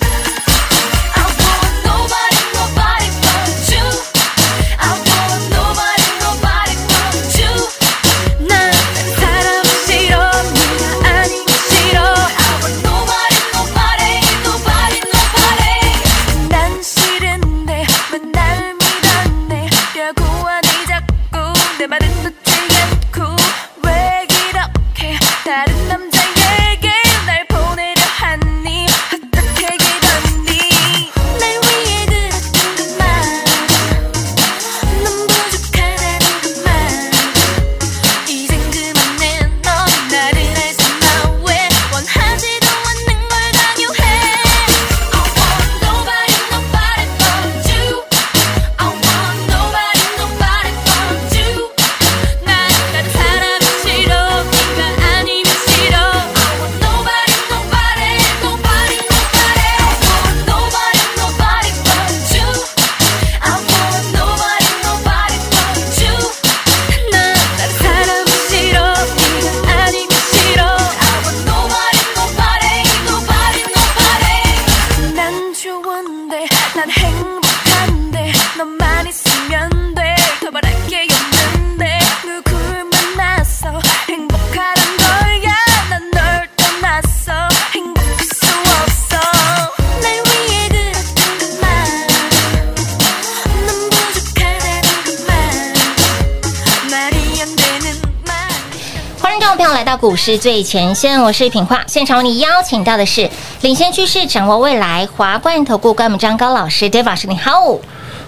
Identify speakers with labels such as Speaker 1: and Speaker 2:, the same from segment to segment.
Speaker 1: I want nobody, nobody but you. I want nobody, nobody but you. 난 사람 싫어, 누나 아닌 싫어. I want nobody, nobody, nobody, nobody. 난 싫은데 왜날 밀어내려고 하니 자꾸 내 말은 듣지 않고 왜 이렇게 다른 남자에게 날 보내려 하니 어떻게 이러니 날 위해 그랬던 그말 넌 부족하다는 그말 이젠 그만해 넌 나를 알지마 왜 원하지도 않는 걸 강요해 I want nobody nobody but you I want nobody nobody but you 난 다른 사람이 싫어 네가 아니면 싫어 I want nobody nobody nobody nobody I want nobody nobody but you I want nobody nobody but you 난 다른 사람이 싫어 네가 아니면 싫어 I want nobody nobody nobody nobody 난 좋은데 난 행복한데 너만 있으면 돼더 바랄 게 없는데 누굴 만나서 행복하란 거야 난 널 떠났어 행복할 수 없어 날 위해 그랬던 그말넌 부족하다는 그말 말이 안 되는 말
Speaker 2: 欢迎各位朋友来到股市最前线，我是品化。现场为你邀请到的是领先趋势、掌握未来华冠投顾关门张高老师，David 老师，你好。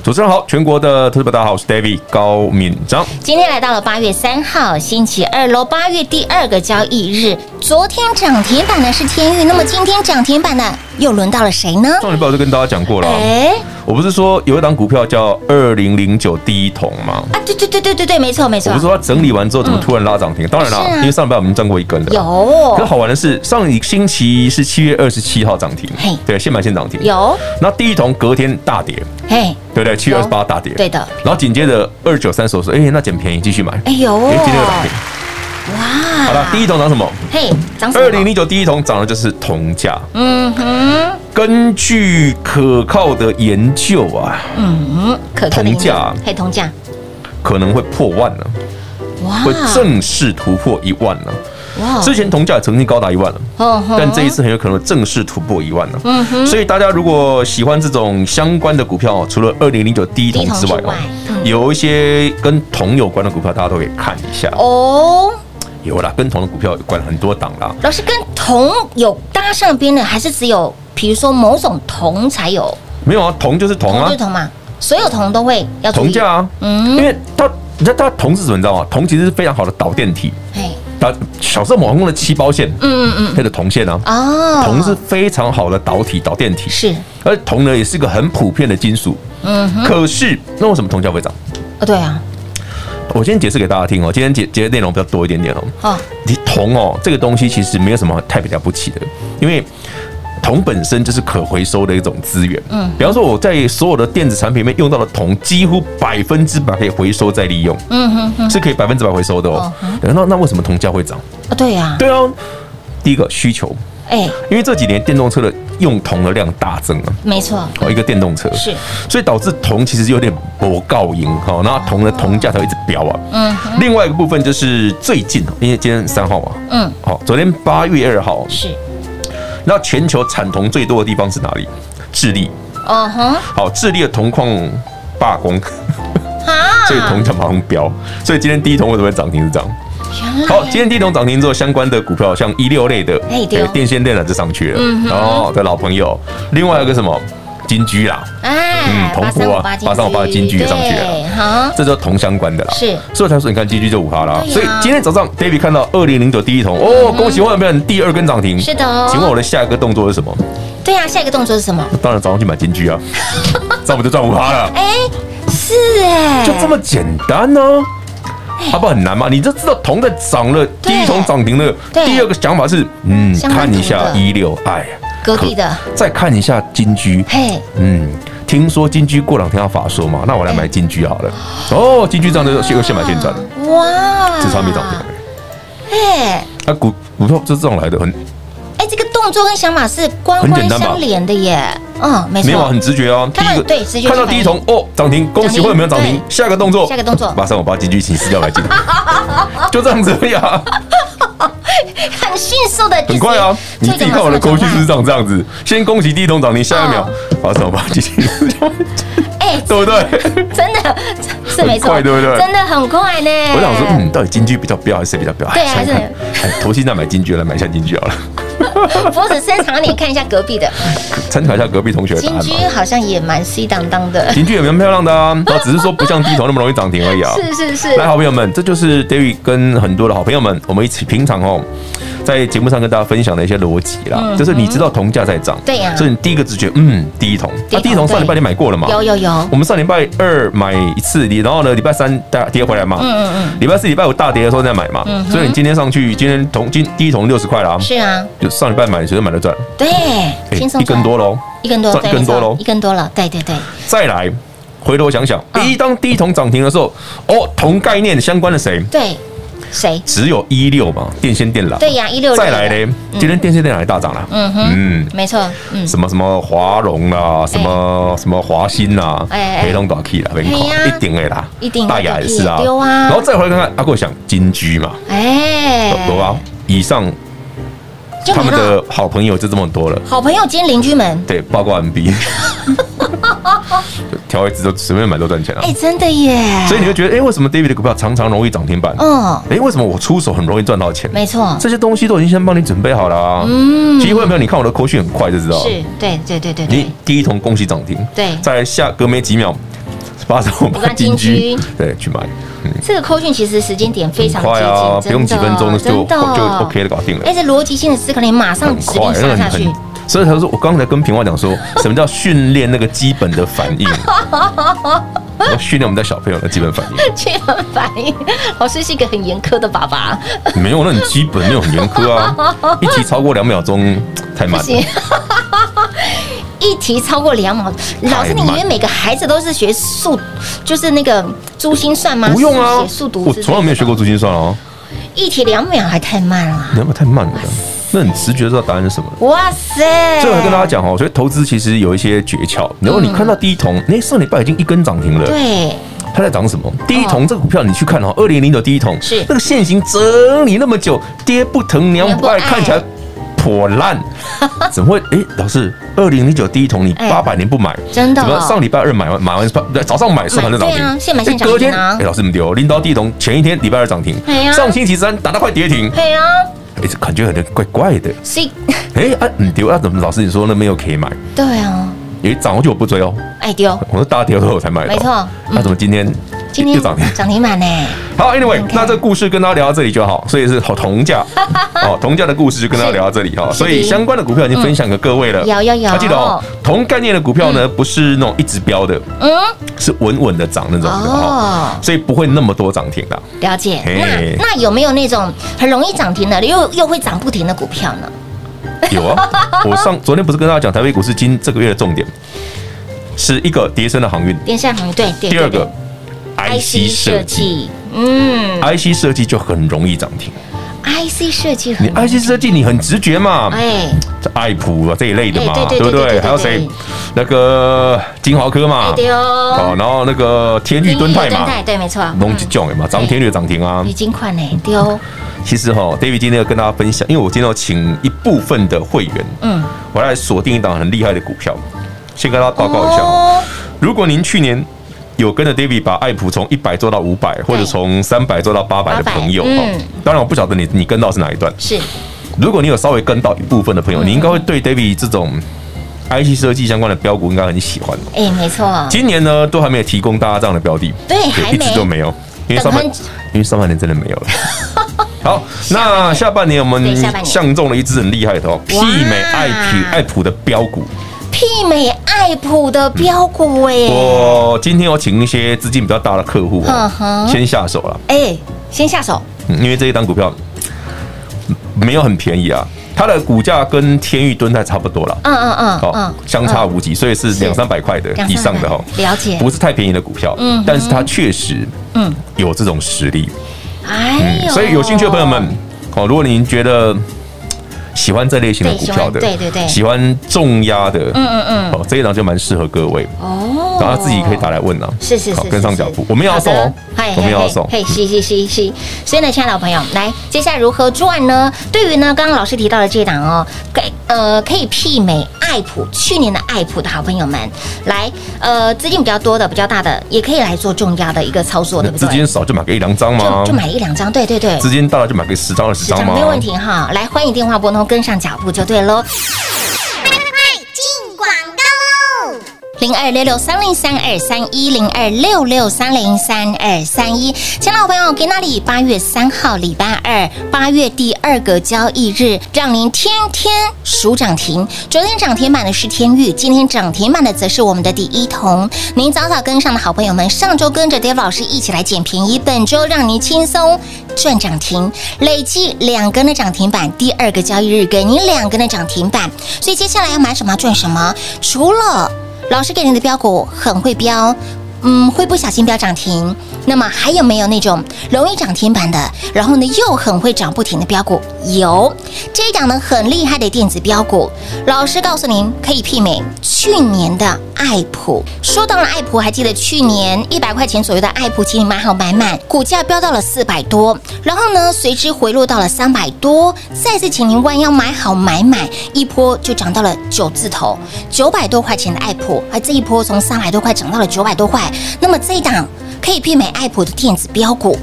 Speaker 3: 主持人好，全国的特别大家好，我是 David 高敏章。
Speaker 2: 今天来到了八月三号星期二喽，八月第二个交易日。昨天涨停板的是天域，那么今天涨停板的又轮到了谁呢？
Speaker 3: 上礼拜我就跟大家讲过了啊、
Speaker 2: 哎，
Speaker 3: 我不是说有一档股票叫二零零九第一桶吗？
Speaker 2: 啊，对对对对对对，没错没
Speaker 3: 我
Speaker 2: 错
Speaker 3: 不是，说它整理完之后怎么突然拉涨停？当然啦，
Speaker 2: 啊是啊
Speaker 3: 因为上礼拜我们站过一根的。。可
Speaker 2: 有
Speaker 3: 好玩的是，上一星期是七月二十七号涨停
Speaker 2: 嘿，
Speaker 3: 对，现买现涨停。。
Speaker 2: 有，
Speaker 3: 那第一桶隔天大跌，
Speaker 2: 嘿，
Speaker 3: 对不对？七月
Speaker 2: 有
Speaker 3: 二十八大跌。
Speaker 2: 对的。
Speaker 3: 然后紧接着二九三十说，哎，那捡便宜继续买。
Speaker 2: 哎呦，
Speaker 3: 哎，今天又涨停。
Speaker 2: 哇，
Speaker 3: 好了，第一桶涨什么？
Speaker 2: 嘿，涨什么
Speaker 3: 二零零九第一桶涨的就是铜价。
Speaker 2: 嗯哼，
Speaker 3: 根据可靠的研究啊，
Speaker 2: 嗯，可可的
Speaker 3: 铜价
Speaker 2: 嘿，铜价，
Speaker 3: 可能会破万呢、
Speaker 2: 哇，
Speaker 3: 会正式突破一万呢、
Speaker 2: 哇
Speaker 3: 之前铜价曾经高达一万了、
Speaker 2: 哦嗯吼
Speaker 3: 但这一次很有可能正式突破一万了、所以大家如果喜欢这种相关的股票、哦，除了二零零九第一桶之
Speaker 2: 第一
Speaker 3: 外
Speaker 2: 桶之
Speaker 3: 哦
Speaker 2: 外，嗯
Speaker 3: 有一些跟铜有关的股票，大家都可以看一下。
Speaker 2: 哦，
Speaker 3: 有啦，跟铜的股票有关很多档啦。
Speaker 2: 老师跟铜有搭上边的，还是只有比如说某种铜才有？
Speaker 3: 没有啊，铜就是铜
Speaker 2: 铜
Speaker 3: 啊
Speaker 2: 就，铜嘛，所有铜都嗯会要注意
Speaker 3: 铜价啊，因为它，你知道它铜是什么？你知道吗？铜其实是非常好的导电体。
Speaker 2: 嘿，
Speaker 3: 它啊小时候某航空的气包线，
Speaker 2: 嗯嗯
Speaker 3: 那个铜线啊，
Speaker 2: 嗯，哦，
Speaker 3: 铜是非常好的导体、导电体，
Speaker 2: 是，
Speaker 3: 而铜呢也是个很普遍的金属。
Speaker 2: 嗯哼，
Speaker 3: 可是，那为什么铜价会涨？
Speaker 2: 哦对啊，
Speaker 3: 我今天解释给大家听哦，今天解解的内容比较多一点点哦。
Speaker 2: 哦，
Speaker 3: 其实铜哦，这个东西其实没有什么太了不起的，因为铜本身就是可回收的一种资源。嗯，比方说我在所有的电子产品里面用到的铜，几乎百分之百可以回收再利用，
Speaker 2: 嗯哼哼，
Speaker 3: 是可以百分之百回收的哦。对那那为什么铜价会涨？
Speaker 2: 哦对啊，
Speaker 3: 对啊，第一个需求，
Speaker 2: 哎，
Speaker 3: 因为这几年电动车的用铜的量大增啊，
Speaker 2: 没错，
Speaker 3: 哦，一个电动车
Speaker 2: 是，
Speaker 3: 所以导致铜其实有点不告赢哈，然后铜的铜价才会一直飙啊。
Speaker 2: 嗯
Speaker 3: 另外一个部分就是最近，哦因为今天三号嘛，
Speaker 2: 嗯，
Speaker 3: 好，昨天八月二号，
Speaker 2: 是，
Speaker 3: 那全球产铜最多的地方是哪里？智利，
Speaker 2: 哦哼，
Speaker 3: 好，智利的铜矿罢工，
Speaker 2: 啊，
Speaker 3: 所以铜价马上飙，所以今天第一铜为什么会涨停是这样。
Speaker 2: 原来
Speaker 3: 好，今天第一桶涨停之后，相关的股票像一六类的，
Speaker 2: 哎对哦嗯
Speaker 3: 啊电线电缆就上去了，哦的老朋友，另外一个什么金居啦，
Speaker 2: 哎，
Speaker 3: 嗯铜箔啊
Speaker 2: 八三五八
Speaker 3: 835金句也上去了
Speaker 2: 对好，
Speaker 3: 这就是铜相关的啦。
Speaker 2: 是
Speaker 3: 所以他说你看金居就五趴啦。
Speaker 2: 对呀嗯
Speaker 3: 所以今天早上 David 看到二零零九第一桶，哦，恭喜万变第二根涨停。
Speaker 2: 是的哦
Speaker 3: 请问我的下一个动作是什么？
Speaker 2: 对啊，下一个动作是什么？
Speaker 3: 当然早上去买金 居啊，这样不就赚五趴了？
Speaker 2: 哎，是哎，
Speaker 3: 就这么简单呢、啊？它不很难吗？你就知道铜在涨了，
Speaker 2: 对
Speaker 3: 第一桶涨停了。
Speaker 2: 对
Speaker 3: 第二个想法是，嗯，
Speaker 2: 相关
Speaker 3: 看一
Speaker 2: 同
Speaker 3: 下
Speaker 2: 的
Speaker 3: 一六，哎呀，
Speaker 2: 隔壁的
Speaker 3: 可，再看一下金居，
Speaker 2: 嘿，
Speaker 3: 嗯，听说金居过两天要法说嘛，那
Speaker 2: 哎
Speaker 3: 我来买金居好了。哦，金居这样就现现买现赚，
Speaker 2: 哇，
Speaker 3: 只差没涨
Speaker 2: 啊
Speaker 3: 停而已。
Speaker 2: 哎
Speaker 3: 那股股票就是这样来的，很
Speaker 2: 哎，这个动作跟想法是关
Speaker 3: 很
Speaker 2: 关
Speaker 3: 简单吧
Speaker 2: 相连的耶，嗯，没
Speaker 3: 没有啊
Speaker 2: 错
Speaker 3: 很，直觉哦。第
Speaker 2: 当然
Speaker 3: 一个
Speaker 2: 对直觉
Speaker 3: 看到
Speaker 2: 是
Speaker 3: 第一桶哦涨停，恭喜会有没有涨停
Speaker 2: 对？
Speaker 3: 下个动作，
Speaker 2: 下个动作
Speaker 3: 马上我把金居请私掉来 进，就这样子而已啊，
Speaker 2: 很迅速的，
Speaker 3: 很快啊。你自己看我的工具是
Speaker 2: 这嗯
Speaker 3: 长这样子，先恭喜第一桶涨停，下一秒马上我把金居私掉，
Speaker 2: 哎，
Speaker 3: 对不对？
Speaker 2: 真的是没错，
Speaker 3: 很快对不对
Speaker 2: 真的很快呢。
Speaker 3: 我想说，嗯，到底金居比较标还是谁比较标？
Speaker 2: 对啊
Speaker 3: 哎想一想
Speaker 2: 是
Speaker 3: 哎投信在买金居，来买一下金居好了，
Speaker 2: 脖子伸长一点，看一下隔 壁的
Speaker 3: 参考一下隔壁同学的答
Speaker 2: 金
Speaker 3: 案
Speaker 2: 居
Speaker 3: 嘛。
Speaker 2: 好像也蛮 C 当当 的，
Speaker 3: 金居也蛮漂亮的啊，那只是说不像低头那么容易涨停而已啊。
Speaker 2: 是是是，
Speaker 3: 来，好朋友们，这就是 David 跟很多的好朋友们，我们一起平常哦，在节目上跟大家分享的一些逻辑啦，就是你知道铜价在涨，
Speaker 2: 嗯对呀
Speaker 3: 所以你第一个直觉，嗯，第一桶，
Speaker 2: 第一桶
Speaker 3: 那第一桶上
Speaker 2: 对
Speaker 3: 礼拜你买过了嘛？
Speaker 2: 有有有，
Speaker 3: 我们上礼拜二买一次，你然后呢，礼拜三大跌回来嘛，
Speaker 2: 嗯嗯嗯，
Speaker 3: 礼拜四、礼拜五大跌的时候再买嘛，所以你今天上去，今天铜今第一桶六十块啦，
Speaker 2: 是啊，
Speaker 3: 就上礼拜买，随便买就赚，
Speaker 2: 对，
Speaker 3: 哎
Speaker 2: 轻松
Speaker 3: 一根多
Speaker 2: 了，
Speaker 3: 喽。
Speaker 2: 一根多，
Speaker 3: 赚
Speaker 2: 对
Speaker 3: 一根多
Speaker 2: 没错
Speaker 3: 咯
Speaker 2: 一根多了，对对对，
Speaker 3: 再来，回头想想，
Speaker 2: 嗯
Speaker 3: 第一当第一桶涨停的时候，哦，同概念相关的谁？
Speaker 2: 对，谁？
Speaker 3: 只有一六嘛，电线电缆。
Speaker 2: 对呀166
Speaker 3: 再来嘞，今天电线电缆也大涨了。
Speaker 2: 嗯哼
Speaker 3: 嗯。
Speaker 2: 没错，嗯，
Speaker 3: 什么什么华融啦，什么什么华啊兴啦，
Speaker 2: 哎哎哎
Speaker 3: 黑龙大 K 啦，别看
Speaker 2: 哎呀
Speaker 3: 一定的啦，
Speaker 2: 一定的
Speaker 3: 大雅也是啊，
Speaker 2: 对啊
Speaker 3: 然后再回来看看，阿贵想金居嘛，
Speaker 2: 哎
Speaker 3: 有有啊，以上
Speaker 2: 就
Speaker 3: 他
Speaker 2: 买了。
Speaker 3: 们的好朋友就这么多了，
Speaker 2: 好朋友兼邻居们，
Speaker 3: 对，包 括 NB，就挑一只都随便买都赚钱啊
Speaker 2: 哎，，真的耶，
Speaker 3: 所以你会觉得，哎，为什么 David 的股票常常容易涨停板？
Speaker 2: 嗯，
Speaker 3: 哎，为什么我出手很容易赚到钱？
Speaker 2: 没错，
Speaker 3: 这些东西都已经先帮你准备好了啊。嗯，机会没有，你看我的口讯很快就知道了。
Speaker 2: 是，对对对对对
Speaker 3: 你，第一桶恭喜涨停，
Speaker 2: 对
Speaker 3: 在下隔没几秒，八十五
Speaker 2: 看 金
Speaker 3: 金居
Speaker 2: 居，
Speaker 3: 对，去买，嗯，
Speaker 2: 这个扣讯其实时间点非常
Speaker 3: 很
Speaker 2: 接
Speaker 3: 快啊，
Speaker 2: 近，
Speaker 3: 不用几分钟就
Speaker 2: 真的
Speaker 3: 就 OK 了，搞定了
Speaker 2: 哎，，这逻辑性的思考，你马上
Speaker 3: 很
Speaker 2: 指令
Speaker 3: 快，
Speaker 2: 杀 下去，。
Speaker 3: 所以他说，我刚才跟平花讲说，什么叫训练那个基本的反 应？我要训练我们家小朋友的基本反应，
Speaker 2: 去很反应。老师是一个很严苛的爸爸，
Speaker 3: 没有，那你基本没有很严苛啊，一题超过两秒钟太慢
Speaker 2: 不
Speaker 3: 了。
Speaker 2: 行。 一题超过两毛，老师，你以
Speaker 3: 太
Speaker 2: 为
Speaker 3: 慢
Speaker 2: 每个孩子都是学数，就是那个珠心算吗？
Speaker 3: 不用啊
Speaker 2: 数学数，独，
Speaker 3: 我从来没有学过。珠心算哦，
Speaker 2: 一题两秒还太慢了。
Speaker 3: 你要不要太慢了？那你直觉知道答案是什么了？
Speaker 2: 哇塞！
Speaker 3: 最后跟大家讲哦，所以投资其实有一些诀窍。然后你看到第一桶，那上礼拜已经一根涨停了，
Speaker 2: 嗯对，
Speaker 3: 它在涨什么？第一桶这个股票你去看哦，二零零九第一桶
Speaker 2: 是
Speaker 3: 那个现形整理那么久，跌不疼娘不爱，
Speaker 2: 娘不爱
Speaker 3: 看起来破烂， 怎么会？哎，老师，二零零九第一桶你
Speaker 2: 哎
Speaker 3: 八百年不买，
Speaker 2: 真的
Speaker 3: 怎么
Speaker 2: 哦
Speaker 3: 上礼拜二买完买完早上买收盘就涨
Speaker 2: 对
Speaker 3: 停
Speaker 2: 啊，现买现
Speaker 3: 哎
Speaker 2: 涨
Speaker 3: 隔
Speaker 2: 停
Speaker 3: 天
Speaker 2: 啊
Speaker 3: 哎老师你丢，拎到第一桶前一天礼拜二涨停
Speaker 2: 哎呀，
Speaker 3: 上星期三打到快跌停，
Speaker 2: 对啊，
Speaker 3: 哎，这感觉有点怪怪的。
Speaker 2: 所以
Speaker 3: 哎啊，你丢啊？怎么老师你说那没有可以买？
Speaker 2: 对啊，
Speaker 3: 也涨上去我不追哦，
Speaker 2: 哎 丢，
Speaker 3: 我是大跌的时候我才买的哦。
Speaker 2: 没错嗯
Speaker 3: 那怎么今天
Speaker 2: 今
Speaker 3: 又
Speaker 2: 天
Speaker 3: 涨停？
Speaker 2: 涨停板呢？
Speaker 3: 好，anyway，
Speaker 2: 看看
Speaker 3: 那这故事跟大家聊到这里就好，所以是好铜价， 哦，铜价的故事就跟大家聊到这里哈，
Speaker 2: 是嗯
Speaker 3: 所以相关的股票已经分享给各位了。
Speaker 2: 有有嗯有
Speaker 3: 还记得哦，同概念的股票呢，不是那种一直标的，
Speaker 2: 嗯，
Speaker 3: 是稳稳的涨那种的
Speaker 2: 哦
Speaker 3: 哈，所以不会那么多涨停的。
Speaker 2: 了解。
Speaker 3: 嘿
Speaker 2: 那那有没有那种很容易涨停的，又又会涨不停的股票呢？
Speaker 3: 有 啊，我上昨天不是跟大家讲台北股市今这个月的重点是一个跌升的航运，
Speaker 2: 电线行业对对。
Speaker 3: 第二
Speaker 2: 对
Speaker 3: 个 IC 设计。，
Speaker 2: 嗯
Speaker 3: IC 设计就很容易涨停，
Speaker 2: ，IC 设计
Speaker 3: 你啊
Speaker 2: 很
Speaker 3: IC 设计你很直觉嘛，
Speaker 2: 哎
Speaker 3: 这爱普啊这一类的嘛，
Speaker 2: 哎对对
Speaker 3: 对不
Speaker 2: 对对对
Speaker 3: 对？还有
Speaker 2: 对
Speaker 3: 谁
Speaker 2: 对？
Speaker 3: 那个金豪科嘛
Speaker 2: 哎，对哦，
Speaker 3: 哦，然后那个天域敦泰嘛，
Speaker 2: 对，没错，
Speaker 3: 龙基囧
Speaker 2: 嗯
Speaker 3: 嘛，涨天率涨停啊
Speaker 2: 已。经款呢，哦丢、
Speaker 3: 其实哈，David 今天要跟大家分享，因为我今天要请一部分的会员，
Speaker 2: 嗯，
Speaker 3: 我来锁定一档很厉害的股票，先跟大家报告一下。
Speaker 2: 哦
Speaker 3: 如果您去年有跟着 David 把爱普从一百做到五百，或者从三百做到八百的朋友，
Speaker 2: 800
Speaker 3: 哦，当然我不晓得你你跟到是哪一段。
Speaker 2: 是嗯
Speaker 3: 如果你有稍微跟到一部分的朋友，你应该会对 David 这种 IC 设计相关的标股应该很喜欢哦。
Speaker 2: 哎，没错，
Speaker 3: 今年呢，都还没有提供大家这样的标的，
Speaker 2: 对还
Speaker 3: 一直
Speaker 2: 没
Speaker 3: 都没有，因为上
Speaker 2: 等
Speaker 3: 半，
Speaker 2: 很
Speaker 3: 因为上半年真的没有 了。好，那下半年我们
Speaker 2: 对下半年
Speaker 3: 相中了一只很厉害的哦，媲美爱普爱普的标股。
Speaker 2: 媲美爱普的标股哎，
Speaker 3: 我今天有请一些资金比较大的客户
Speaker 2: 嗯哼
Speaker 3: 哦，先下手了，
Speaker 2: 哎，先下手，
Speaker 3: 嗯因为这一档股票嗯没有很便宜啊，它的股价跟天域吨泰差不多了。
Speaker 2: 嗯嗯嗯
Speaker 3: 哦，相差无几，所以是
Speaker 2: 是
Speaker 3: 两三百块的
Speaker 2: 两三百
Speaker 3: 以上的哦，
Speaker 2: 了解
Speaker 3: 不是太便宜的股票，
Speaker 2: 嗯哼
Speaker 3: 但是它确实，
Speaker 2: 嗯
Speaker 3: 有这种实力，
Speaker 2: 哎呦
Speaker 3: 嗯所以有兴趣的朋友们，，哦，如果您觉得嘖喜欢这类型的
Speaker 2: 对
Speaker 3: 股票的，
Speaker 2: 喜欢对对对
Speaker 3: 喜欢重压的，
Speaker 2: 嗯嗯嗯，
Speaker 3: 哦，这一档就蛮适合各位，
Speaker 2: 哦
Speaker 3: 然后自己可以打来问啊，
Speaker 2: 是是
Speaker 3: 好
Speaker 2: 是，
Speaker 3: 跟上脚步，我们也要送哦，我们也要送，嗯
Speaker 2: 嘿，是是是是。所以呢，亲爱的老朋友，来，接下来如何赚呢？对于呢，刚刚老师提到的这档哦，可呃可以媲美爱普去年的爱普的好朋友们，来，呃，资金比较多的、比较大的，也可以来做重压的一个操作，对
Speaker 3: 那
Speaker 2: 不
Speaker 3: 资
Speaker 2: 对？
Speaker 3: 金少就买个一两张吗
Speaker 2: 就就？买一两张，对对对，
Speaker 3: 资金大了就买个十张二十
Speaker 2: 十
Speaker 3: 张
Speaker 2: 张
Speaker 3: 吗？
Speaker 2: 没问题哈。来，欢迎电话拨通，跟上脚步就对喽。零二六六三零三二三一零二六六三零三二三一，亲爱的朋友，给那里八月三号礼拜二，八月第二个交易日，让您天天数涨停。昨天涨停板的是天域，今天涨停板的则是我们的第一铜。您早早跟上的好朋友们，上周跟着 Dave 老师一起来捡便宜，本周让您轻松赚涨停，累计两根的涨停板，第二个交易日给您两根的涨停板。所以接下来要买什么赚什么，除了老师给你的标股很会标。嗯，会不小心飙涨停。那么还有没有那种容易涨停板的，然后呢又很会涨不停的标股？有，这一档呢很厉害的电子标股，老师告诉您可以媲美去年的爱普。说到了爱普，还记得去年一百块钱左右的爱普，请你买好买满，股价飙到了四百多，然后呢随之回落到了三百多，再次请您弯腰买好买满，一波就涨到了九字头，九百多块钱的爱普，而这一波从三百多块涨到了九百多块，那么这一档可以媲美爱普的电子标股。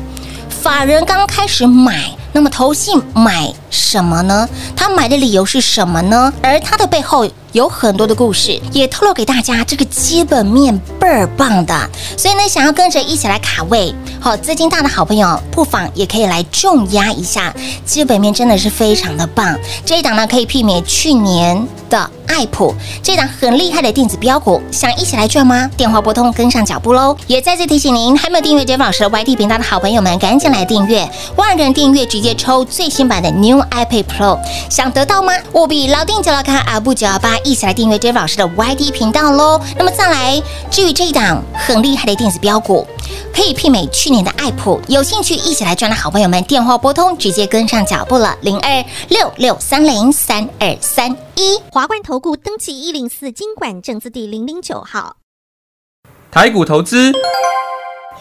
Speaker 2: 法人刚开始买，那么投信买什么呢？他买的理由是什么呢？而他的背后有很多的故事，也透露给大家这个基本面倍儿棒的。所以呢，想要跟着一起来卡位，好资金大的好朋友，不妨也可以来重压一下，基本面真的是非常的棒。这一档呢，可以媲美去年的爱普这档很厉害的电子标股，想一起来赚吗？电话拨通，跟上脚步喽！也再次提醒您，还没有订阅 Jeff 老师的 YT 频道的好朋友们，赶紧来订阅！万人订阅直接抽最新版的 New iPad Pro，想得到吗？务必老定九老卡啊阿布九幺八，一起来订阅 Jeff 老师的 YT 频道喽！那么再来，至于这一档很厉害的电子标股，可以媲美去年的爱普，有兴趣一起来赚的好朋友们，电话拨通，直接跟上脚步了，零二六六三零三二三一。
Speaker 4: 华冠投顾登记一零四经管证字第零零九号。
Speaker 5: 台股投资，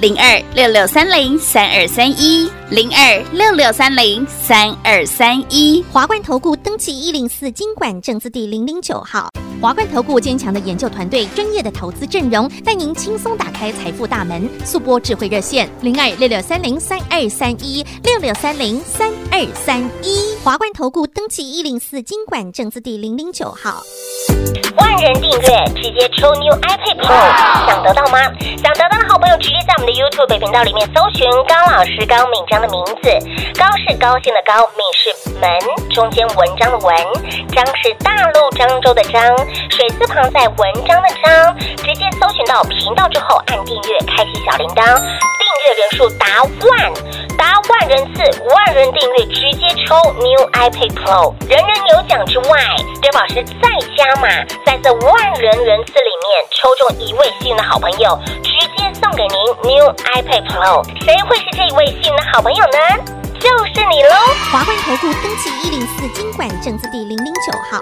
Speaker 6: 零二六六三零三二三一零二六六三零三二三一。
Speaker 4: 华冠投顾登记一零四经管证字第零零九号。华冠投顾坚强的研究团队，专业的投资阵容，带您轻松打开财富大门。速播智慧热线零二六六三零三二三一六六三零三二三一。华冠投顾登记一零四经管证字第零零九号。
Speaker 7: 万人订阅直接抽 New iPad Pro，想得到吗？想得到的好朋友直接在我们的 YouTube 频道里面搜寻高老师高敏章的名字，高是高兴的高，敏是门，中间文章的文，章是大陆漳州的漳，水字旁在文章的章，直接搜寻到频道之后按订阅，开启小铃铛，订阅人数达万。达万人次、万人订阅，直接抽 New iPad Pro，人人有奖之外，对宝石再加码，在这万人人次里面抽中一位幸运的好朋友，直接送给您 New iPad Pro。谁会是这一位幸运的好朋友呢？就是你喽！
Speaker 4: 华冠投顾登记一零四经管证字第零零九号。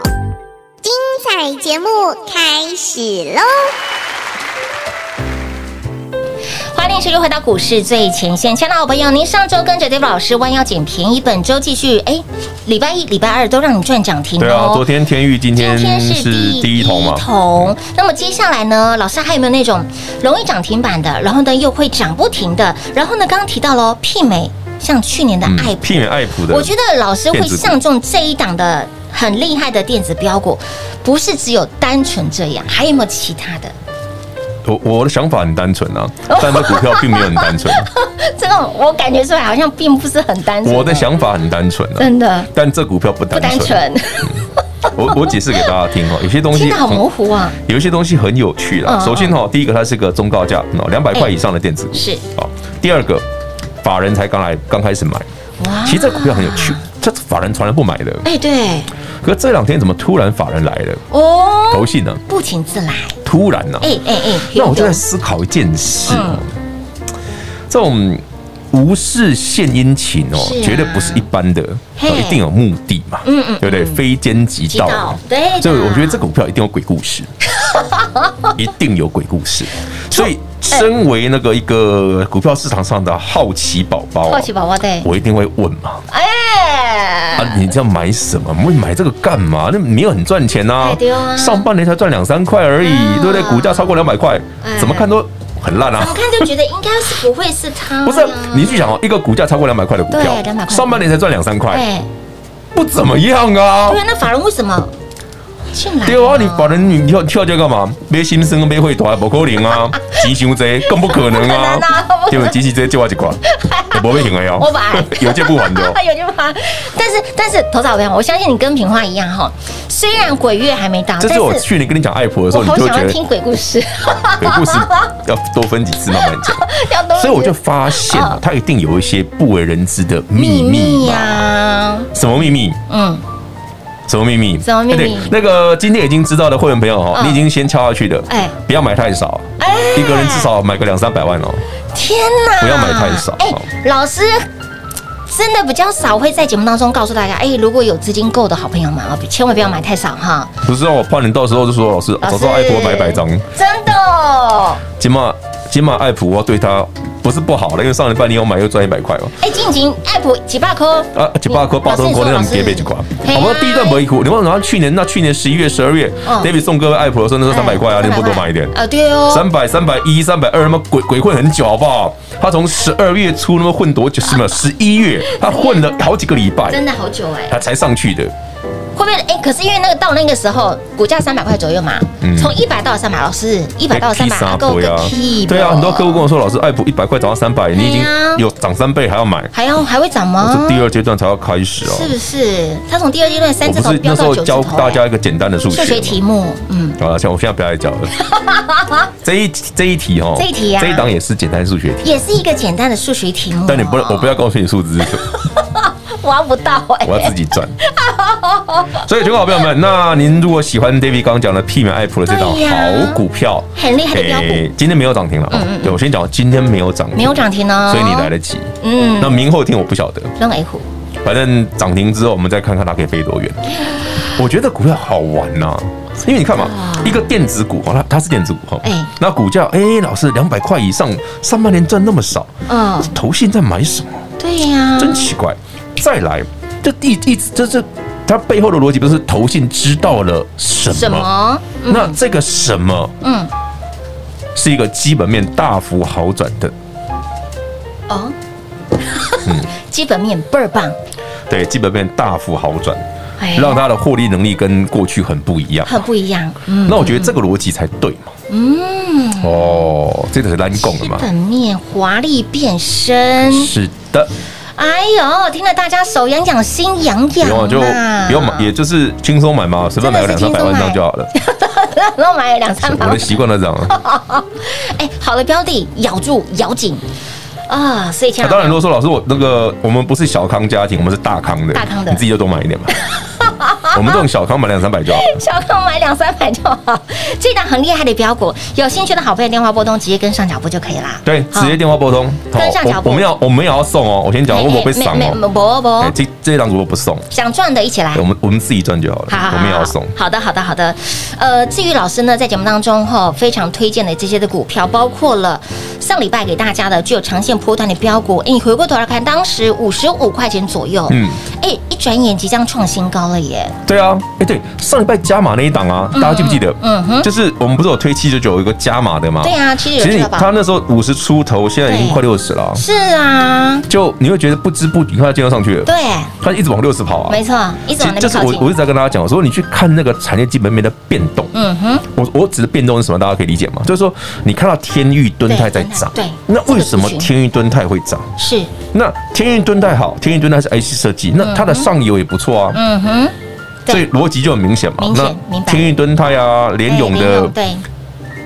Speaker 4: 精彩节目开始喽！
Speaker 2: 欢欢迎持续回到股市最前线，亲爱的好朋友，您上周跟着 David 老师弯腰捡便宜，本周继续，哎，礼拜一、礼拜二都让你赚涨停
Speaker 3: 对啊，
Speaker 2: 哦
Speaker 3: 昨。天天域，今
Speaker 2: 今
Speaker 3: 天
Speaker 2: 天是
Speaker 3: 是
Speaker 2: 第
Speaker 3: 第
Speaker 2: 一
Speaker 3: 一桶嘛，
Speaker 2: 桶那么接下来呢，老师还有没有那种容易涨停板的，然后呢又会涨不停的？然后呢，刚刚提到喽，媲美像去年的
Speaker 3: 嗯
Speaker 2: 爱，普
Speaker 3: 媲美爱普的，
Speaker 2: 我觉得老师会
Speaker 3: 电子股
Speaker 2: 相中这一档的很厉害的电子标股，不是只有单纯这样，还有没有其他的？
Speaker 3: 我我的想法很单纯啊，
Speaker 2: 哦
Speaker 3: 但那股票并没有很 单纯，
Speaker 2: 这种我感觉出来好像并不是很单纯。
Speaker 3: 我的，想法很单纯啊，
Speaker 2: 真的
Speaker 3: 但这股票不
Speaker 2: 不
Speaker 3: 单
Speaker 2: 单
Speaker 3: 纯。
Speaker 2: 纯，
Speaker 3: 我我解释给大家听哦，有些 东
Speaker 2: 听
Speaker 3: 西
Speaker 2: 得好模糊啊。
Speaker 3: 有一些东西很有趣啦
Speaker 2: 嗯。
Speaker 3: 首先哦哈，第一个它是个中高价哦，两百块以上的电子股
Speaker 2: 是
Speaker 3: 哦。第二个，法人才刚来刚开始买，
Speaker 2: 哇
Speaker 3: 其实这股票很有趣，这是法人从来不买的，
Speaker 2: 哎，对
Speaker 3: 可这两天怎么突然法人来了？
Speaker 2: 哦，
Speaker 3: 投信呢？
Speaker 2: 不请自来。
Speaker 3: 突然啊呢、
Speaker 2: 哎哎哎，
Speaker 3: 那我就在思考一件事
Speaker 2: 嗯
Speaker 3: 哦，这种无事献殷勤哦
Speaker 2: 是啊，
Speaker 3: 绝对不是一般的，
Speaker 2: 嘿
Speaker 3: 一定有目的嘛，
Speaker 2: 嗯嗯
Speaker 3: 对不对？非奸即
Speaker 2: 知
Speaker 3: 盗
Speaker 2: 道
Speaker 3: 嘛，，
Speaker 2: 对的，
Speaker 3: 所以我觉得这股票一定有鬼故 事，一定有鬼故事。所
Speaker 2: 哎
Speaker 3: 以，身为那个一个股票市场上的好奇宝宝、啊
Speaker 2: 好奇宝宝对，
Speaker 3: 我一定会问嘛，啊，
Speaker 2: 哎，
Speaker 3: 你这样买什么？会买这个干嘛？那没有很赚钱呐、
Speaker 2: 哎对啊
Speaker 3: 上半年才赚两三块而已，
Speaker 2: 嗯
Speaker 3: 对不对？股价超过两百块，
Speaker 2: 哎
Speaker 3: 怎么看都很烂
Speaker 2: 怎
Speaker 3: 啊
Speaker 2: 么。看就觉得应该是不会是他呀，
Speaker 3: 不是，你去想哦，一个股价超过两百块的股票
Speaker 2: 对200块，
Speaker 3: 上半年才赚两三块，
Speaker 2: 哎，
Speaker 3: 不怎么样啊
Speaker 2: 对。啊，那法人为什么进来？
Speaker 3: 对啊，你把人你跳跳这干嘛？没心生没会团，不可能 啊，急行贼更不可能啊
Speaker 2: 不可能啊，
Speaker 3: 因为急行贼就我一款，我不会行的哟
Speaker 2: 我把
Speaker 3: 有借不还 的哦。
Speaker 2: 有就怕，但是但是，投资好朋友，我相信你跟平花一样哈，虽然鬼月还没到，但
Speaker 3: 这是
Speaker 2: 是
Speaker 3: 我去年跟你讲爱普的时
Speaker 2: 我
Speaker 3: 候，你
Speaker 2: 好
Speaker 3: 就会
Speaker 2: 想
Speaker 3: 觉
Speaker 2: 要
Speaker 3: 得
Speaker 2: 听鬼故事，
Speaker 3: 鬼故事要多分几次慢慢讲。
Speaker 2: 要多
Speaker 3: 所以我就发现啊，它一定有一些不为人知的
Speaker 2: 秘
Speaker 3: 秘
Speaker 2: 密
Speaker 3: 密
Speaker 2: 呀、
Speaker 3: 嘛。什么秘密？
Speaker 2: 嗯，
Speaker 3: 什么秘密？
Speaker 2: 什么秘密
Speaker 3: 哎对那个今天已经知道的会员朋友哦，
Speaker 2: 嗯
Speaker 3: 你已经先敲下去的，
Speaker 2: 哎
Speaker 3: 不要买太少，一个人至少买个两三百万哦。
Speaker 2: 天哪！
Speaker 3: 不要买太少
Speaker 2: 哎、老师真的比较少会在节目当中告诉大家，哎、如果有资金够的好朋友们啊，千万不要买太少哈。
Speaker 3: 不是让我怕你到时候就说老师，
Speaker 2: 老师
Speaker 3: 早知道爱普买一百张，
Speaker 2: 真的哦，
Speaker 3: 今嘛今嘛爱普我对它不是不好了，因为上礼拜你有买又赚一百块嘛。
Speaker 2: 哎、金金爱普几百哦颗
Speaker 3: 啊，一百块
Speaker 2: 老
Speaker 3: 爆
Speaker 2: 师
Speaker 3: 通
Speaker 2: 你
Speaker 3: 国
Speaker 2: 说
Speaker 3: 那种
Speaker 2: 老师
Speaker 3: 跌倍几块，
Speaker 2: 嘿啊
Speaker 3: 我们第一段不一苦，你忘了去年那去年十一月、十二月
Speaker 2: 嗯
Speaker 3: ，David 送各位爱普的时候，那时候三百块啊，你不多买一点？
Speaker 2: 啊？对哦，
Speaker 3: 三百、三百一、三百二，他妈鬼鬼混很久好不好？他从十二月初那么混多久？是没有十一月，他混了好几个礼拜，
Speaker 2: 啊哎真的好久哎、
Speaker 3: 他才上去的。
Speaker 2: 会不会哎、可是因为那个到那个时候，股价三百块左右嘛
Speaker 3: 嗯，哎
Speaker 2: 从一百到三百，老师一百到三百，
Speaker 3: 三
Speaker 2: 够
Speaker 3: 倍
Speaker 2: 个屁！
Speaker 3: 对啊，很多客户跟我说，老师，爱普一百块涨到三百，你已经
Speaker 2: 对啊
Speaker 3: 有涨三倍还要买，
Speaker 2: 还要还会涨
Speaker 3: 我
Speaker 2: 吗
Speaker 3: 说？第二阶段才要开始
Speaker 2: 啊是
Speaker 3: 哦。
Speaker 2: 不是？他从第二阶段三
Speaker 3: 我
Speaker 2: 字
Speaker 3: 不
Speaker 2: 头
Speaker 3: 是那
Speaker 2: 飙
Speaker 3: 时
Speaker 2: 到
Speaker 3: 候
Speaker 2: 九字
Speaker 3: 教
Speaker 2: 头、
Speaker 3: 大
Speaker 2: 哎
Speaker 3: 家一个简单的数学
Speaker 2: 数学
Speaker 3: 吗
Speaker 2: 题目，嗯，
Speaker 3: 好了，像我现在不要再教了。 这一这一题哦，
Speaker 2: 这一题啊
Speaker 3: 这一档也是简单数学题，
Speaker 2: 也是一个简单的数学题目哦。
Speaker 3: 但你不能，我不要告诉你数字是什么，
Speaker 2: 挖不到哎、
Speaker 3: 我要自己赚。所以，全国好朋友们，那您如果喜欢 David 刚刚讲的媲美爱普的这档
Speaker 2: 对呀
Speaker 3: 好股票，
Speaker 2: 很厉害的标股嗯
Speaker 3: 诶今天没有涨停了哦。对我先讲，今天没有涨停，
Speaker 2: 没有涨停哦
Speaker 3: 所以你来得及。
Speaker 2: 嗯，
Speaker 3: 那明后天我不晓得，
Speaker 2: 扔 A 股，
Speaker 3: 反正涨停之后我们再看看它可以飞多远。我觉得股票好玩呐、因为你看嘛，一个电子股哦，它它是电子股哈
Speaker 2: 哎，
Speaker 3: 那股价哎，老师两百块以上，上半年赚那么少，
Speaker 2: 嗯，
Speaker 3: 投信在买什么？
Speaker 2: 对呀、
Speaker 3: 真奇怪。再来，这一一直这这它背后的逻辑不是投信知道了什
Speaker 2: 什
Speaker 3: 么？嗯
Speaker 2: 么？
Speaker 3: 那这个什么
Speaker 2: 嗯，
Speaker 3: 是一个基本面大幅好转的，
Speaker 2: 哦，
Speaker 3: 嗯
Speaker 2: 基本面倍儿棒，
Speaker 3: 对，基本面大幅好转，
Speaker 2: 哎
Speaker 3: 让它的获利能力跟过去很不一样。
Speaker 2: 很不一样，嗯，
Speaker 3: 那我觉得这个逻辑才对嘛。嗯，哦，这个是蓝共了
Speaker 2: 基
Speaker 3: 嘛？
Speaker 2: 本面华丽变身，
Speaker 3: 是的，
Speaker 2: 哎呦，听了大家手痒痒，心痒
Speaker 3: 不
Speaker 2: 痒
Speaker 3: 用就
Speaker 2: 啊
Speaker 3: 不用买，也就是轻松买嘛，随便买个
Speaker 2: 真的是
Speaker 3: 两三百
Speaker 2: 轻松
Speaker 3: 万
Speaker 2: 买
Speaker 3: 张就好 了。
Speaker 2: 然后买了两三百
Speaker 3: 我
Speaker 2: 万
Speaker 3: 的，习惯了这样啊。
Speaker 2: 哎，好的标的咬住咬紧啊，所以
Speaker 3: 那
Speaker 2: 前
Speaker 3: 当然，如果说老师我那个我们不是小康家庭，我们是大康的，
Speaker 2: 大康的
Speaker 3: 你自己就多买一点嘛。我们这种小康买两三百就好了。
Speaker 2: 小康买两三百就好，这档很厉害的标股，有兴趣的好朋友电话拨通，直接跟上脚步就可以啦。
Speaker 3: 对，
Speaker 2: 好
Speaker 3: 直接电话拨通。
Speaker 2: 跟上脚
Speaker 3: 我
Speaker 2: 步
Speaker 3: 我们要我们也要送哦。我先讲，
Speaker 2: 没
Speaker 3: 我不会赏
Speaker 2: 没没
Speaker 3: 哦。
Speaker 2: 不不
Speaker 3: 哎，这这档主播不送，
Speaker 2: 想赚的一起来
Speaker 3: 我。们我们自己赚就好了
Speaker 2: 好好。好，
Speaker 3: 我们也要送。
Speaker 2: 好的，好的，好的。呃，至于老师呢，在节目当中哈、非常推荐的这些的股票，包括了上礼拜给大家的具有长线波段的标股。哎，你回过头来看，当时五十五块钱左右，
Speaker 3: 嗯，
Speaker 2: 哎，一转眼即将创新高了耶。
Speaker 3: 对啊，哎对，上礼拜加码那一档啊，大家记不记得？
Speaker 2: 嗯哼，
Speaker 3: 就是我们不是有推七九九有一个加码的吗？
Speaker 2: 对啊，其实有
Speaker 3: 其实
Speaker 2: 这
Speaker 3: 你
Speaker 2: 个
Speaker 3: 他
Speaker 2: 吧。
Speaker 3: 那时候五十出头，现在已经
Speaker 2: 对
Speaker 3: 快六十了啊，
Speaker 2: 是啊，
Speaker 3: 就你会觉得不知不觉他就要上去了，
Speaker 2: 对，
Speaker 3: 他一直往六十跑啊。
Speaker 2: 没错，一直
Speaker 3: 其
Speaker 2: 往
Speaker 3: 实
Speaker 2: 那
Speaker 3: 就
Speaker 2: 边
Speaker 3: 是
Speaker 2: 靠
Speaker 3: 我
Speaker 2: 近。
Speaker 3: 我一直在跟大家讲，我说你去看那个产业基本面的变动，
Speaker 2: 嗯哼，
Speaker 3: 我我指的变动是什么？大家可以理解吗？就是说你看到天域敦泰在涨，
Speaker 2: 嗯对
Speaker 3: 那
Speaker 2: 敦泰对
Speaker 3: 为什么
Speaker 2: 这个族群
Speaker 3: 天域敦泰会涨？
Speaker 2: 是，
Speaker 3: 那天域敦泰好，天域敦泰是 IC 设计，那它的上游也不错啊，
Speaker 2: 嗯哼，对
Speaker 3: 所以逻辑就很明显嘛。
Speaker 2: 明显
Speaker 3: 那
Speaker 2: 明白
Speaker 3: 天域敦泰啊，联咏
Speaker 2: 哎林
Speaker 3: 的
Speaker 2: 勇对，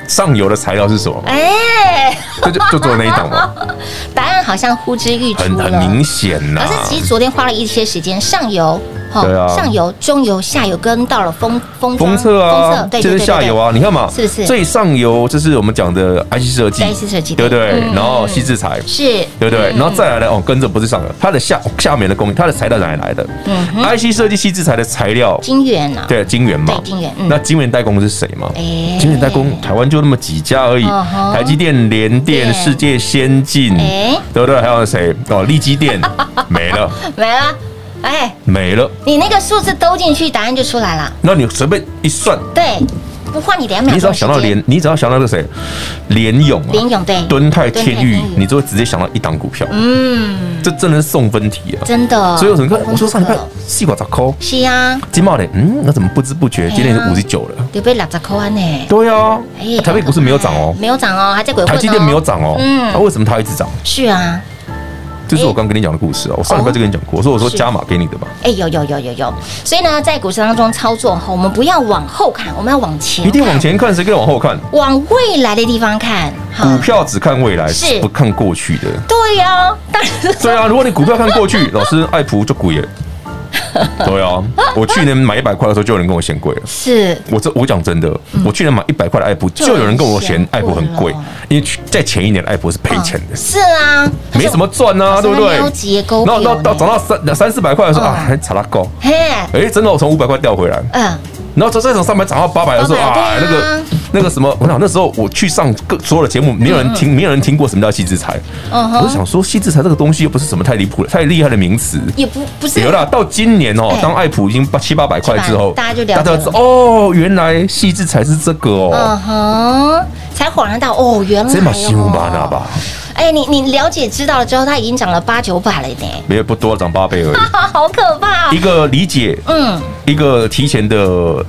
Speaker 3: 上游的材料是什 么？
Speaker 2: 哎，
Speaker 3: 这就就做那一档嘛，
Speaker 2: 答案好像呼之欲出
Speaker 3: 很
Speaker 2: 了，
Speaker 3: 很明显呐
Speaker 2: 老师。其实昨天花了一些时间，上游、哦
Speaker 3: 对啊
Speaker 2: 上游、中游、下游跟到了封封装
Speaker 3: 封测
Speaker 2: 封
Speaker 3: 啊
Speaker 2: 测，对
Speaker 3: 这
Speaker 2: 对
Speaker 3: 是
Speaker 2: 对
Speaker 3: 下游，啊，你看嘛，
Speaker 2: 是不是
Speaker 3: 最上游就是我们讲的 IC 设计
Speaker 2: IC 设计
Speaker 3: 对不对
Speaker 2: 对？嗯
Speaker 3: 然后西制材，
Speaker 2: 对是，
Speaker 3: 对不对？
Speaker 2: 嗯
Speaker 3: 然后再来呢，哦，跟着不是上游，它的下下面的供应，它的材料哪里来的
Speaker 2: 嗯
Speaker 3: ？IC 设计西制材的材料，
Speaker 2: 金源啊，
Speaker 3: 对，金源嘛
Speaker 2: 对，金源嗯
Speaker 3: 那金源代工是谁嘛？
Speaker 2: 哎
Speaker 3: 金源代工台湾就那么几家而已
Speaker 2: 嗯，哼
Speaker 3: 台积电、联电、
Speaker 2: 对
Speaker 3: 世界先进，
Speaker 2: 哎
Speaker 3: 对不对？还有谁？哦，力 积电没了，
Speaker 2: 没了，哎，
Speaker 3: 没了。
Speaker 2: 你那个数字兜进去，答案就出来了，
Speaker 3: 那你随便一算，
Speaker 2: 对，不换你两秒
Speaker 3: 你只要
Speaker 2: 钟时
Speaker 3: 想
Speaker 2: 间，
Speaker 3: 到联，你只要想到那个谁，联勇啊，
Speaker 2: 联勇对
Speaker 3: 敦泰天域
Speaker 2: 敦泰天，宇
Speaker 3: 你就会直接想到一档股票，
Speaker 2: 嗯，
Speaker 3: 这真的是送分题啊！
Speaker 2: 真的，
Speaker 3: 所以我怎么看？我说上礼拜
Speaker 2: 疯了
Speaker 3: 细管咋抠，
Speaker 2: 是呀，
Speaker 3: 金茂嘞，嗯，那怎么不知不觉今天
Speaker 2: 哎
Speaker 3: 是
Speaker 2: 呀
Speaker 3: 五十九了？
Speaker 2: 有被两十扣安呢，
Speaker 3: 对啊
Speaker 2: 哎，
Speaker 3: 台北股市没有涨哦，
Speaker 2: 没有涨哦，还在鬼混哦
Speaker 3: 台积电没有，涨哦，
Speaker 2: 嗯
Speaker 3: 那为什么它一直涨？
Speaker 2: 是啊，
Speaker 3: 这是我刚跟你讲的故
Speaker 2: 哎
Speaker 3: 事啊，我上礼拜就跟你讲过，我说我说
Speaker 2: 是
Speaker 3: 加码给你的嘛，
Speaker 2: 哎，有有有有有，所以呢，在股市当中操作哈，我们不要往后看，我们要往前，
Speaker 3: 一定往。前看，谁可以往后看？
Speaker 2: 往未来的地方看，
Speaker 3: 股
Speaker 2: 好，
Speaker 3: 票只看未来，
Speaker 2: 嗯是
Speaker 3: 不看过去的。
Speaker 2: 对哦呀、当然是
Speaker 3: 对啊，如果你股票看 过去，老师爱普就贵了。对啊，我去年买一百块的时候，就有人跟我嫌贵了。
Speaker 2: 是
Speaker 3: 我这我讲真的，我去年买一百块的爱普，
Speaker 2: 就
Speaker 3: 就有人跟
Speaker 2: 嗯
Speaker 3: 我
Speaker 2: 有
Speaker 3: 嫌
Speaker 2: 人
Speaker 3: 爱普很
Speaker 2: 嫌贵
Speaker 3: 贵
Speaker 2: 了，
Speaker 3: 因为去在前一年的爱普是赔钱的。
Speaker 2: 是啊，
Speaker 3: 没什么赚啊，
Speaker 2: 可是我
Speaker 3: 对不
Speaker 2: 它
Speaker 3: 对
Speaker 2: 哦没有几个勾？
Speaker 3: 然后
Speaker 2: 标
Speaker 3: 到到
Speaker 2: 呢
Speaker 3: 涨到三三四百块的时候
Speaker 2: 啊嗯
Speaker 3: 啊，还查拉高，
Speaker 2: 嘿，
Speaker 3: 哎，真的我从五百块掉回来，
Speaker 2: 嗯，
Speaker 3: 然后从再从三百涨到八百的时候
Speaker 2: 800
Speaker 3: 啊，
Speaker 2: 对啊
Speaker 3: 那个那个什么，我想那时候我去上各所有的节目，没有人听，没有人听过什么叫细制裁，
Speaker 2: 嗯
Speaker 3: 我就
Speaker 2: 哼，
Speaker 3: 想说细制裁这个东西又不是什么太离谱的、太厉害的名词。
Speaker 2: 也不不是
Speaker 3: 有啦，到今年哦
Speaker 2: 哎，
Speaker 3: 当爱普已经八七八百块之后，
Speaker 2: 大家就了解了
Speaker 3: 大知道哦，原来细制才是这个哦，
Speaker 2: 嗯哼，才恍然到哦，原来
Speaker 3: 这
Speaker 2: 哦
Speaker 3: 把新闻吧那吧，
Speaker 2: 哎，你你了解知道了之后，它已经涨了八九百了呢，
Speaker 3: 没有不多涨八倍 而已。
Speaker 2: 啊，好可怕哦
Speaker 3: 一！个理解，
Speaker 2: 嗯，
Speaker 3: 一个提前的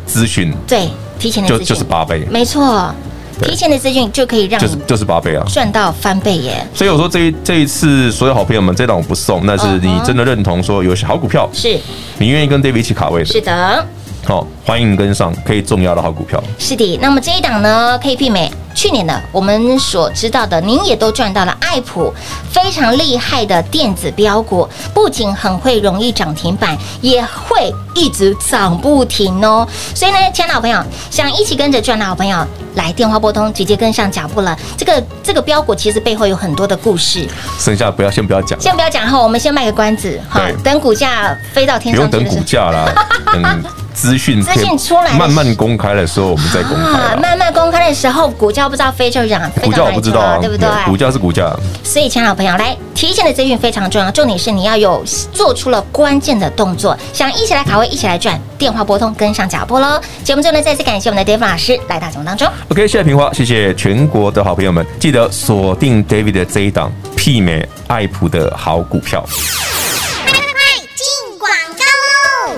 Speaker 3: 咨询，
Speaker 2: 对，提前的
Speaker 3: 就
Speaker 2: 资讯
Speaker 3: 就是八倍，
Speaker 2: 没错，
Speaker 3: 对
Speaker 2: 提前的资讯就可以让
Speaker 3: 就是
Speaker 2: 你
Speaker 3: 就是八倍啊。
Speaker 2: 赚到翻倍耶，
Speaker 3: 所以我说这一这一次所有好朋友们，这档我不送，但是
Speaker 2: 嗯
Speaker 3: 你真的认同说有些好股票，
Speaker 2: 是
Speaker 3: 你愿意跟 David 一起卡位
Speaker 2: 是
Speaker 3: 的，
Speaker 2: 的。
Speaker 3: 好、欢迎跟上，可以重要的好股票。
Speaker 2: 是的，那么这一档呢，可以媲美去年的我们所知道的，您也都赚到了爱普非常厉害的电子标股，不仅很会容易涨停板，也会一直涨不停哦。所以呢，亲爱的好朋友，想一起跟着赚的好朋友，来电话拨通，直接跟上脚步了。这个这个标股其实背后有很多的故事，
Speaker 3: 剩下不要先不要讲，
Speaker 2: 先不要讲哈，我们先卖个关子哈
Speaker 3: 对，
Speaker 2: 等股价飞到天
Speaker 3: 不用
Speaker 2: 上去
Speaker 3: 等
Speaker 2: 的时
Speaker 3: 股
Speaker 2: 候。
Speaker 3: 价啦， 等资讯
Speaker 2: 资讯出来的时候
Speaker 3: 慢慢公开的时候，我们再公开
Speaker 2: 啊，
Speaker 3: 啦。
Speaker 2: 慢慢公开的时候，股价不知道飞就涨，飞
Speaker 3: 股
Speaker 2: 到哪
Speaker 3: 价我
Speaker 2: 里
Speaker 3: 不知
Speaker 2: 去
Speaker 3: 道
Speaker 2: 了
Speaker 3: 啊，
Speaker 2: 对不对？
Speaker 3: 股价是股价，
Speaker 2: 所以，亲爱的朋友，来提前的资讯非常重要，重点是你要有做出了关键的动作。想一起来卡位，一起来赚，电话拨通，跟上脚步喽。节目最后呢，再次感谢我们的 David 老师来到节目当中。
Speaker 3: OK，谢谢平花，谢谢全国的好朋友们，记得锁定 David 的这一档媲美爱普的好股票。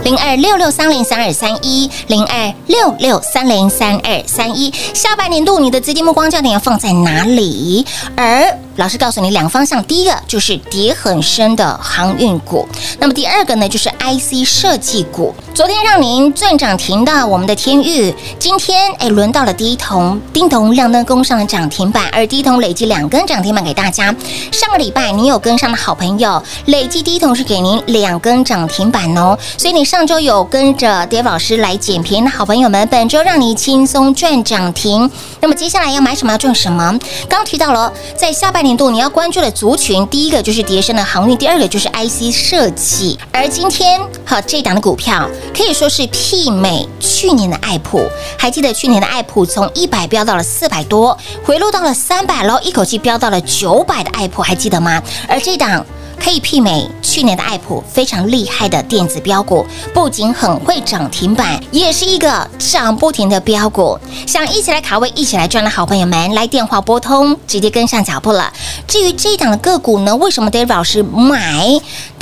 Speaker 2: 零二六六三零三二三一，零二六六三零三二三一。下半年度你的资金目光焦点要放在哪里？而老师告诉你两个方向，第一个就是跌很深的航运股，那么第二个呢就是 IC 设计股。昨天让您赚涨停的我们的天域，今天哎轮到了第一桶，叮咚亮灯攻上了涨停板，而第一桶累积两根涨停板给大家。上个礼拜你有跟上的好朋友，累计第一桶是给您两根涨停板哦。所以你上周有跟着 d a 老师来捡便宜的好朋友们，本周让你轻松赚涨停。那么接下来要买什么，要赚什么？刚提到了，在下半年度你要关注的族群，第一个就是叠升的航运，第二个就是 IC 设计。而今天好这档的股票可以说是媲美去年的爱普，还记得去年的爱普从一百飙到了四百多，回落到了三百喽，一口气飙到了九百的爱普，还记得吗？而这档。可以媲美去年的爱普，非常厉害的电子标股，不仅很会涨停板，也是一个涨不停的标股。想一起来卡位、一起来赚的好朋友们，来电话拨通，直接跟上脚步了。至于这一档的个股呢，为什么 David 老师买？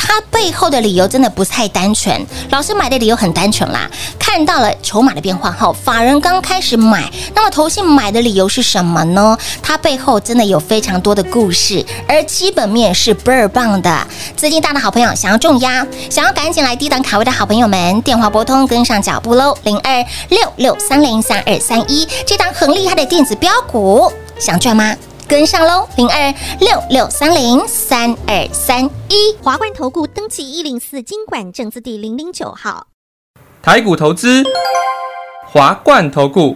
Speaker 2: 它背后的理由真的不太单纯。老师买的理由很单纯啦，看到了筹码的变化后，法人刚开始买，那么投信买的理由是什么呢？它背后真的有非常多的故事，而基本面是倍儿棒的。资金大的好朋友想要重压，想要赶紧来低档卡位的好朋友们，电话拨通跟上脚步喽，零二六六三零三二三一，这档很厉害的电子标股，想赚吗？跟上喽，零二六六三零三二三一。
Speaker 4: 华冠投顾登记一零四经管证字第零零九号。
Speaker 5: 台股投资，华冠投顾。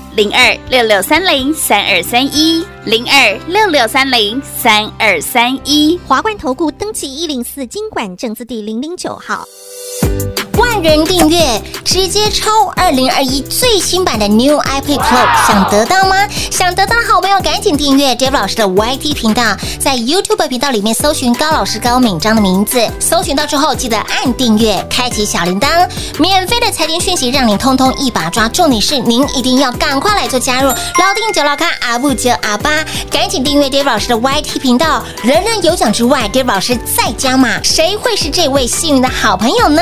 Speaker 6: 零二六六三零三二三一零二六六三零三二三一。
Speaker 4: 华冠投顾登记一零四经管证字第零零九号。
Speaker 2: 万人订阅，直接抽二零二一最新版的 New iPad Pro，想得到吗？想得到的好朋友赶紧订阅 Dave 老师的 YT 频道，在 YouTube 频道里面搜寻高老师高敏章的名字，搜寻到之后记得按订阅，开启小铃铛，免费的财经讯息让你通通一把抓。重点是您一定要赶快来做加入，老定九老咖阿布九阿巴，赶紧订阅 Dave 老师的 YT 频道，人人有奖之外，Dave 老师再加码，谁会是这位幸运的好朋友呢？